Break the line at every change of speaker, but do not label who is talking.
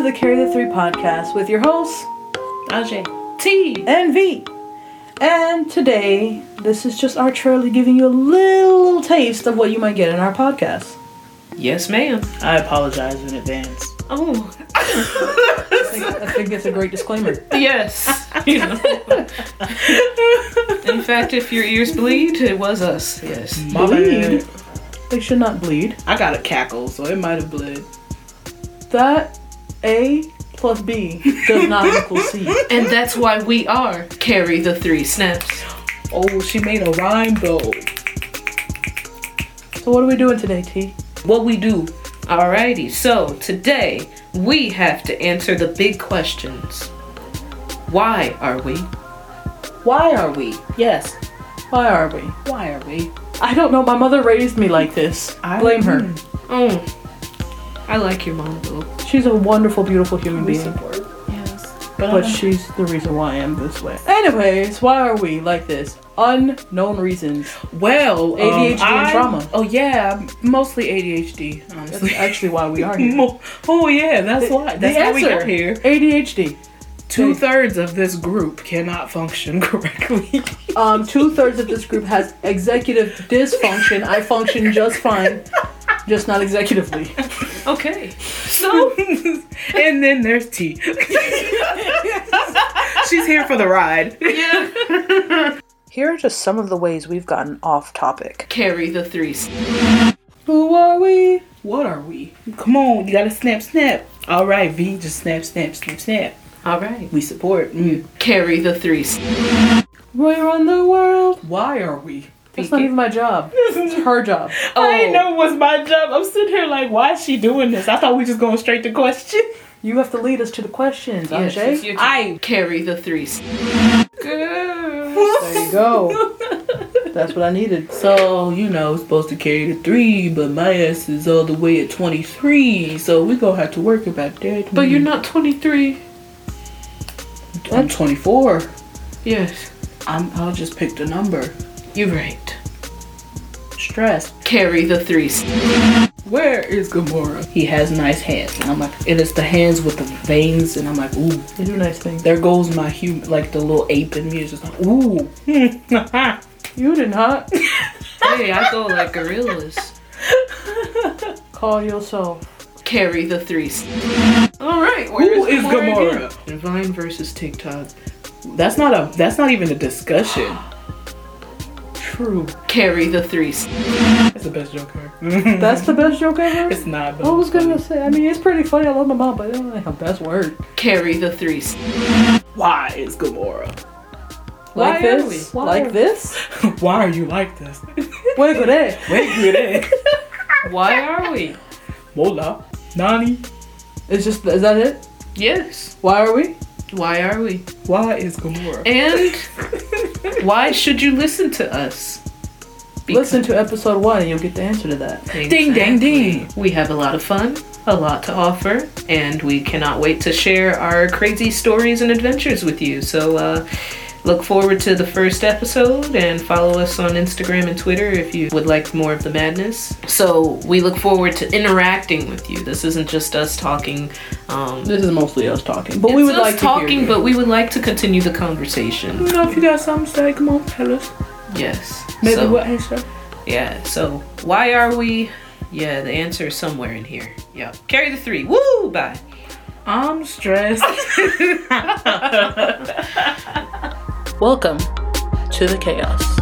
the Carry the Three podcast with your hosts,
Ajay. T.
and V. And today, this is just arbitrarily giving you a little, little taste of what you might get in our podcast.
Yes, ma'am.
I apologize in advance.
Oh,
I think, I think that's a great disclaimer.
yes. You know. In fact, if your ears bleed, it was us. Yes.
My
Bleed?
bad.
They should not bleed.
I got a cackle, so it might have bled.
That A plus B does not equal C.
And that's why we are carry the three snaps.
Oh, she made a rhyme though.
So, what are we doing today, T?
What we do. Alrighty. So today we have to answer the big questions. Why are we?
Why are we? Yes.
Why are we?
Why are we?
I don't know. My mother raised me like this.
I-
Blame her.
Mm.
Oh, I like your mom though.
She's a wonderful, beautiful human
We
being.
support. Yes.
But she's the reason why I am this way. Anyways, why are we like this? Unknown reasons.
well, um,
ADHD and
I-
trauma.
Oh yeah, I'm mostly ADHD.
That's
Honestly.
actually why we are here.
Mo- oh yeah, that's why. That's
the
how we got
answer.
here.
ADHD.
Two thirds of this group cannot function correctly.
Um, two thirds of this group has executive dysfunction. I function just fine, just not executively.
Okay. So
and then there's T. She's here for the ride.
yeah.
Here are just some of the ways we've gotten off topic.
Carry the three. snaps.
Who are we?
What are we? Come on, you gotta snap, snap. All right, V, just snap, snap, snap, snap.
All right.
We support. Mm.
Carry the three. snaps.
We run the world.
Why are we?
That's not even my job. It's her job.
I didn't know it was my job. I'm sitting here like, why is she doing this? I thought we just going straight to question.
You have to lead us to the questions,
Yes, it's
Ajay.
your turn.
I.
carry the three. snaps.
There you go. That's what I needed.
So you know, supposed to carry the three, but my ass is all the way at 23. So we gonna have to work about that.
But you're not 23.
I'm 24.
Yes.
I'm. I'll just pick the number.
You're right.
Stress.
Carry the three. snaps.
Where is Gamora? He has nice hands, and I'm like, and it's the hands with the veins, and I'm like, ooh.
They do nice things.
There goes my human, like the little ape in me is just like, ooh.
You did not
Hey, I go like gorillas.
call yourself.
Carry the three. snaps. All right. where
Who is
again? Vine versus TikTok.
that's not a. That's not even a discussion.
True.
Carry the three. snaps.
That's the best joke ever.
That's the best joke ever?
it's not. But
I was
it's funny.
gonna say, I mean, it's pretty funny. I love my mom, but I don't think her best word.
Carry the three. snaps.
Why is Gamora?
Why
Like
are
this?
we? Why
Like
are-
this?
Why are you like this?
Wait for that.
Wait you that.
Why are we?
Mola, Nani.
It's just, is that it?
Yes.
Why are we?
Why are we?
Why is Gamora?
And why should you listen to us?
Listen to episode one and you'll get the answer to that.
Ding, dang, ding.
We have a lot of fun, a lot to offer, and we cannot wait to share our crazy stories and adventures with you. So, uh, look forward to the first episode and follow us on Instagram and Twitter if you would like more of the madness. So, we look forward to interacting with you. This isn't just us talking. Um,
This is mostly us talking, but we
it's
would
us
like to hear
talking,
you.
but we would like to continue the conversation.
You know, if you got something to say, come on, tell us.
Yes.
Maybe
So-
what answer?
Yeah, so why are we? Yeah, the answer is somewhere in here. Yeah. Carry the three. Woo! Bye.
I'm stressed.
Welcome to the chaos.